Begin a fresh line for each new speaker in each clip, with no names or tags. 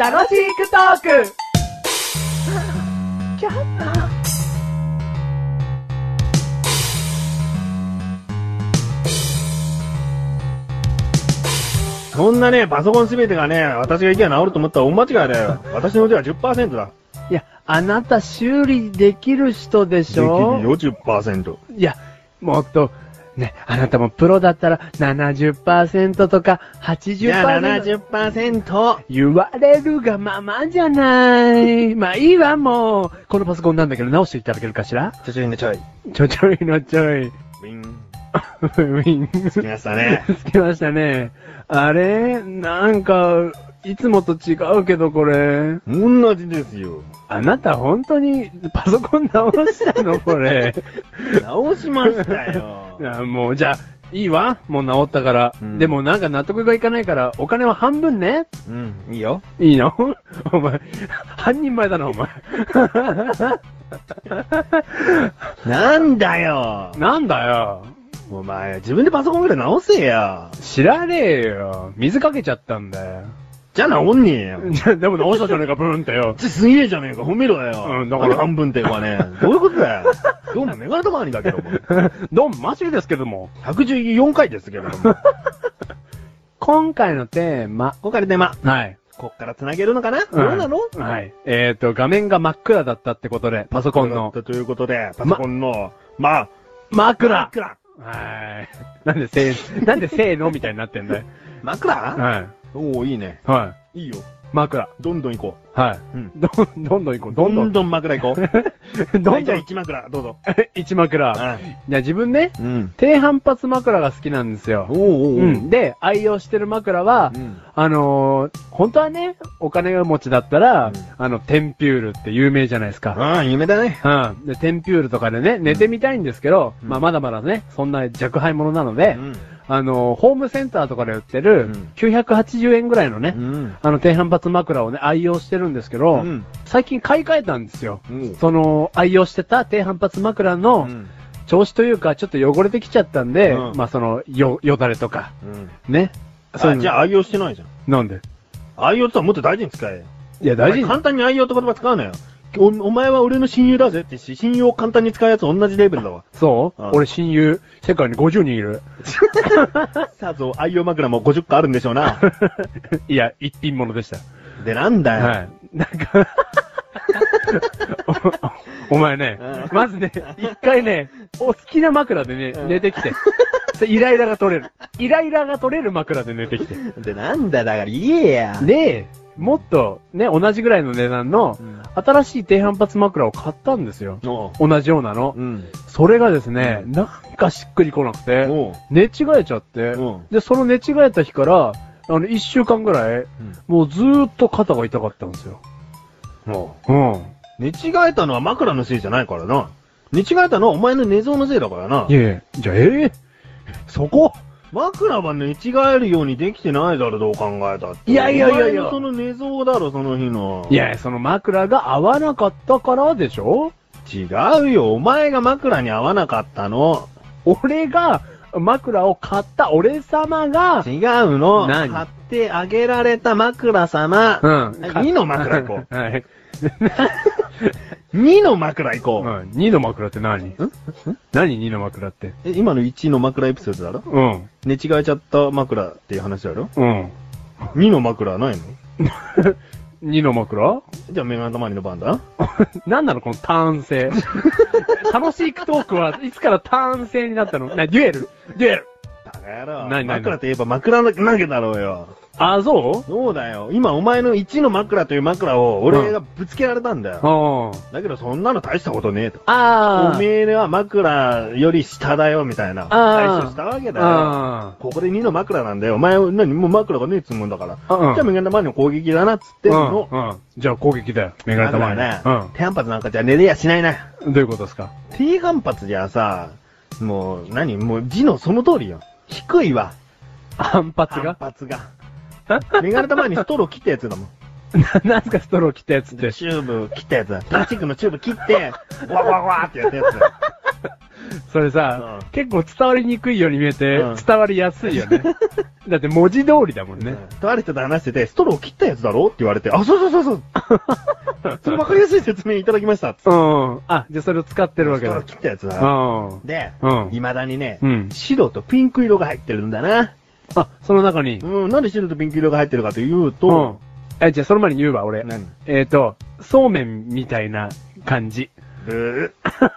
楽しくトーク
そんなね、パソコンすべてがね、私が行けば治ると思ったら大間違いだよ。私の腕は10%だ。
いや、あなた修理できる人で
で
し
きる
ょ
よ、10%。
いや、もっと、ね、あなたもプロだったら70%とか80%。
じゃあ70%。
言われるがままじ ゃない。まあいいわ、もう。このパソコンなんだけど直していただけるかしら
ちょちょいね、ちょい。
ちょちょいのちょい。
ウィン。
ウィン。。
つきましたね
つきましたね。あれなんか、いつもと違うけどこれ。
同じですよ。
あなた本当にパソコン直したのこれ。
直しましたよ
い。やもうじゃあ、いいわ。もう治ったから。
うん
でもなんか納得がいかないから、お金は半分ね。
うん、いいよ。
いいの お前、半人前だな、お前。
なんだよ。
なんだよ。
お前、自分でパソコンぐらい直せよ。
知らねえよ。水かけちゃったんだよ。
じゃあ直んねえよ。
じゃあ、でも直したじゃねえか、ブーンってよ。
ちすげえじゃねえか、褒めろよ。
うんだから
半分っていうかね、どういうことだよ。どうもメガネとかにだけども。
ドン、マジですけども。
114回ですけれども。
今回のテーマ。
今回のテーマ、
はい。
こっから繋げるのかな、
ん
どうなの
はい。えっ、ー、と、画面が真っ暗だったってことで、パソコンの。
ということで、パソコンの、まあ、
真っ
枕
暗はい。なんでせー、なんでせーのみたいになっ てんだよ。
枕
はい。
おおいいね。
はい。
いいよ。
真っ暗。
どんどん行こ
はい。
う。うん。
どん、どんどん行こう。ど
ど
んど
ん
ん。
どん枕行こう。
どんど
はい
ん。
じゃあ1枕、どうぞ。
一枕。いや、自分ね、
うん。
低反発枕が好きなんですよ
お。おお
う
お
ん。で、愛用してる枕は、
うん
あのー、本当はね、お金が持ちだったら、
うん
あの、テンピュールって有名じゃないですか。
ああ、夢だね。
うん。で、テンピュールとかでね、寝てみたいんですけど、
うん
まあ、まだまだね、そんな弱敗者なので、
うん。
あの、ホームセンターとかで売って
う
る
ん、
980円ぐらいのね、
うん。
あの、低反発枕をね、愛用してるんですけど、
うん
最近買い替えたんですよ。
うん
その、愛用してた低反発枕の
うん
調子というか、ちょっと汚れてきちゃったんで、
うん
まあ、その、よ、よだれとか、
うん。
ね。
あじゃあ愛用してないじゃん。
あ、なんで
愛用ってのはもっと大事に使え。
いや、大
お前
事に。
簡単に愛用って言葉使うなよ。おお前は俺の親友だぜってし、親友を簡単に使うやつ同じレベルだわ。
そう、
うん
俺親友、世界に50人いる。
さぞ愛用枕も50個あるんでしょうな。
いや、一品物でした。
で、なんだよ。
はい。なんかお、 おお前ね、
うん
まずね、一回ね、お好きな枕でね、
うん
寝てきて。でイライラが取れる。イライラが取れる枕で寝てきて。
で、なんだよだから言えや。
で、もっと、ね、同じぐらいの値段の
うん、
新しい低反発枕を買ったんですよ。
おう。
同じようなの
う。ん。
それがですね、
う
なんかしっくりこなくて、
おう。
寝違えちゃって
うん、
で、その寝違えた日から、あの、一週間ぐらい、もうずーっと肩が痛かったんですよ。
おう。
うん。
寝違えたのは枕のせいじゃないからな。寝違えたのはお前の寝相のせいだからな。
いやいや、じゃあ、ええ
そこ枕は寝違えるようにできてないだろ、どう考えたって。
いやいやいやいや
お前のその寝相だろ、その日の。
いや、その枕が合わなかったからでしょ
違うよ、お前が枕に合わなかったの。
俺が、枕を買った俺様が、
違うの。
何
買ってあげられた枕様。
うん
はい二の枕行こう。
はい。
2の枕行こう。
うん、2の枕って何ん何2の枕って。
え今の1の枕エピソードだろ
うん、
寝違えちゃった枕っていう話だろ
うん。
?2 の枕はないの
2の枕
じゃあメガネたまりの番だ
何なのこの単 性。楽しいトークはいつから単性になったのな、デュエルデュエル
バカ野郎。
ないないない
枕といえば枕な投げだろうよ。
あ、そ
そうだよ。今お前の1の枕という枕を俺がぶつけられたんだ
うう
よ。
ん。
だけどそんなの大したことねえと。
あー。
おめえは枕より下だよ、みたいな。対
あー
処したわけだよ。
あ
ここで2の枕なんだよ。お前、何もう枕がねえっつもんだから。
ー。うん
じゃあ、メガネ玉にの攻撃だな、っつって、の。
うん、うん。じゃあ攻撃だよ。メガネ玉に。
だからね、低反発なんかじゃ寝れやしないな。
うん。どういうことですか
低反発じゃさ、もう、何もう字のその通りよ。低いわ。
反発
反
が
発 が。メガネ玉にストロー切ったやつだもん。
な、なんすかストロー切ったやつって。
チューブ切ったやつだ。プラスチックのチューブ切って、わわわーってやったやつだ。
それさ、
うん
結構伝わりにくいように見えて、
うん
伝わりやすい よね。だって文字通りだもんね。
とある人と話してて、ストロー切ったやつだろって言われて、あ、そうそうそう そう。それ分かりやすい説明いただきました。つって
うん。あ、じゃあそれを使ってるわ
ス
け
トロ
だ
ー。切ったやつ
う
だ。
ん。
で、
うん
未だにね、
うん
白とピンク色が入ってるんだな。
あ、その中に。
うん、なんで白とピンク色が入ってるかという
う
と、。
え、じゃあその前に言うわ、俺。
何
えっと、そうめんみたいな感じ。
ブー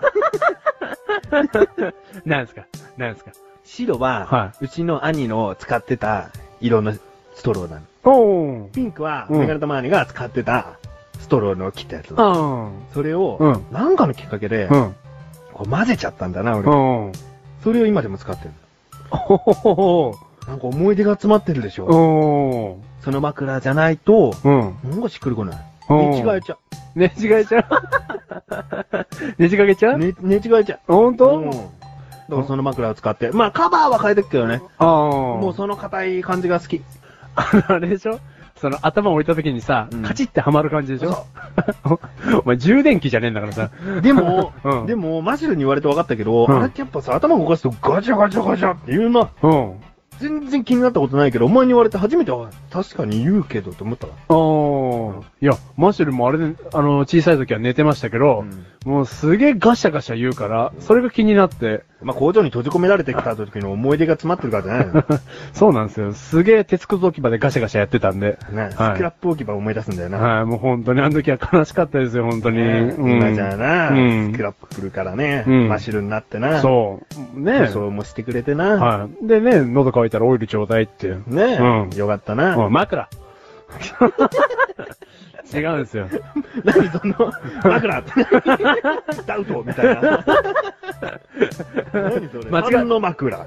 なんですかなんですか
白は、
は
うちの兄の使ってた色のストローなの。
おー。
ピンクは、
うん
メガネタマーニが使ってたストローの切ったやつ。
あ
それを、
うん
なんかのきっかけで、
ー。うん。
こう混ぜちゃったんだな、俺。
うん。
それを今でも使ってる。
ほほほほ。
なんか思い出が詰まってるでしょ。
おー。
その枕じゃないと、
うん。
なんかしっくりこない。
うん
寝違えちゃ
ねじがえち ゃうねじかけちゃ
う。
う
ね寝違えちゃう。
ほん
うんだ
と
からその枕を使って。まあカバーは変えてくけどね。
ああ。
もうその硬い感じが好き。
あの、あれでしょその頭置いた時にさ、
うん
カチってはまる感じでしょ お前充電器じゃねえんだからさ。
でも、
うん
でも、マシルに言われて分かったけど、
うん
あれってやっぱさ、頭動かすとガチャガチャガチャって言うな。
うん。
全然気になったことないけど、お前に言われて初めて、あ確かに言うけどって思ったわ。
おー。いや、マシュルもあれで、あの、小さい時は寝てましたけど、
うん
もうすげえガシャガシャ言うから、それが気になって、
まあ、工場に閉じ込められてきた時の思い出が詰まってるからじゃない の。
そうなんですよ。すげえ鉄くず置き場でガシャガシャやってたんで。
ね、スク
はい
ラップ置き場を思い出すんだよな。
はい、もう本当にあの時は悲しかったですよ、本当に。
ね
うん
今じゃあな、
うん
スクラップ来るからね、
うん
マシルになってな、
そう。
う
ね
そうもしてくれてな、
はい。でね、喉乾いたらオイルちょうだいって。
ねえ、
うん
よかったな。
おい枕 違うんですよ。
何そ の、枕 ダウトみたいな。何それ
間違え
間違の枕。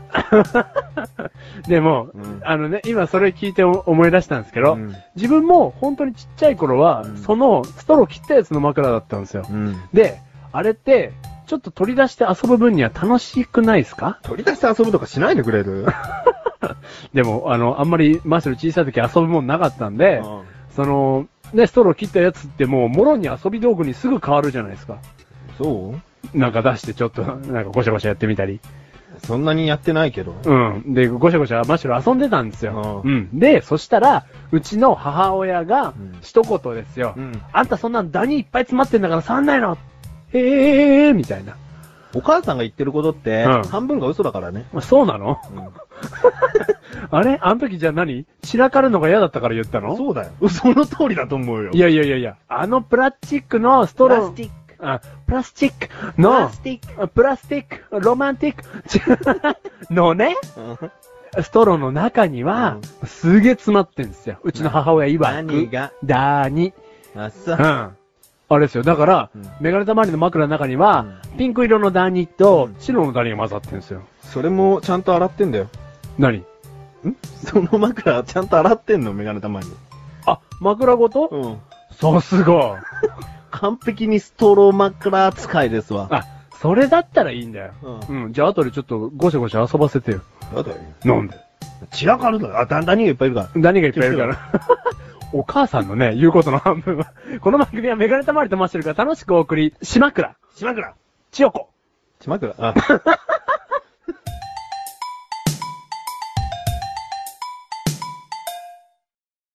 でも、
うん
あのね、今それ聞いて思い出したんですけど、
うん
自分も本当にちっちゃい頃は、
うん
そのストロー切ったやつの枕だったんですよ。
うん。
で、あれって、ちょっと取り出して遊ぶ分には楽しくないですか
取り出して遊ぶとかしないでくれる、
でも、あの、あんまりマッシュル小さい時遊ぶもんなかったんで、
うん
その、ね、ストロー切ったやつってもう、もろに遊び道具にすぐ変わるじゃないですか。
そう
なんか出してちょっと、なんかごしゃごしゃやってみたり。
そんなにやってないけど。
うん。で、ごしゃごしゃマッシュル遊んでたんですよ。
う
うん。で、そしたら、うちの母親
う
が
ん、
一言ですよ。
うん
あんたそんなんダニいっぱい詰まってんだから触んないのへえー、みたいな。
お母さんが言ってることって、
うん
半分が嘘だからね。
まあそうなのあれあの時じゃあ何散らかるのが嫌だったから言ったの
そうだよ。その通りだと思うよ。
い、やいやいやいや、あのプラスチックのストロー。
ック。
あ、プラスチックの、
ティッ
あプラスチック、ロマンティック、 のね、
ク。
ストローの中には、すげえ詰まってんですよ。うちの母親曰く。
何が
ダー ニ。
あ、
う
そ
ん。あれですよ。だから、
うん
メガネたまりの枕の中には、ピンク色のダーニと白のダーニが混ざってるんですよ。
それもちゃんと洗ってんだよ。
何
んその枕ちゃんと洗ってんのメガネたまに。
あ、枕ごと
うん。
さすが。
完璧にストロー枕扱いですわ。
あ、それだったらいいんだよ。
う
うん。じゃあ後でちょっとゴシャゴシャ遊ばせてよ。
だだよ。
なんで
散らかるだろ。あ、だんだんにいっぱいいるから。
何がいっぱいいるから。 お母さんのね、言うことの半分は。この番組はメガネたまりとマッシュルが楽しくお送り、島倉、
ちまくら
千代子。
ちまくらあ。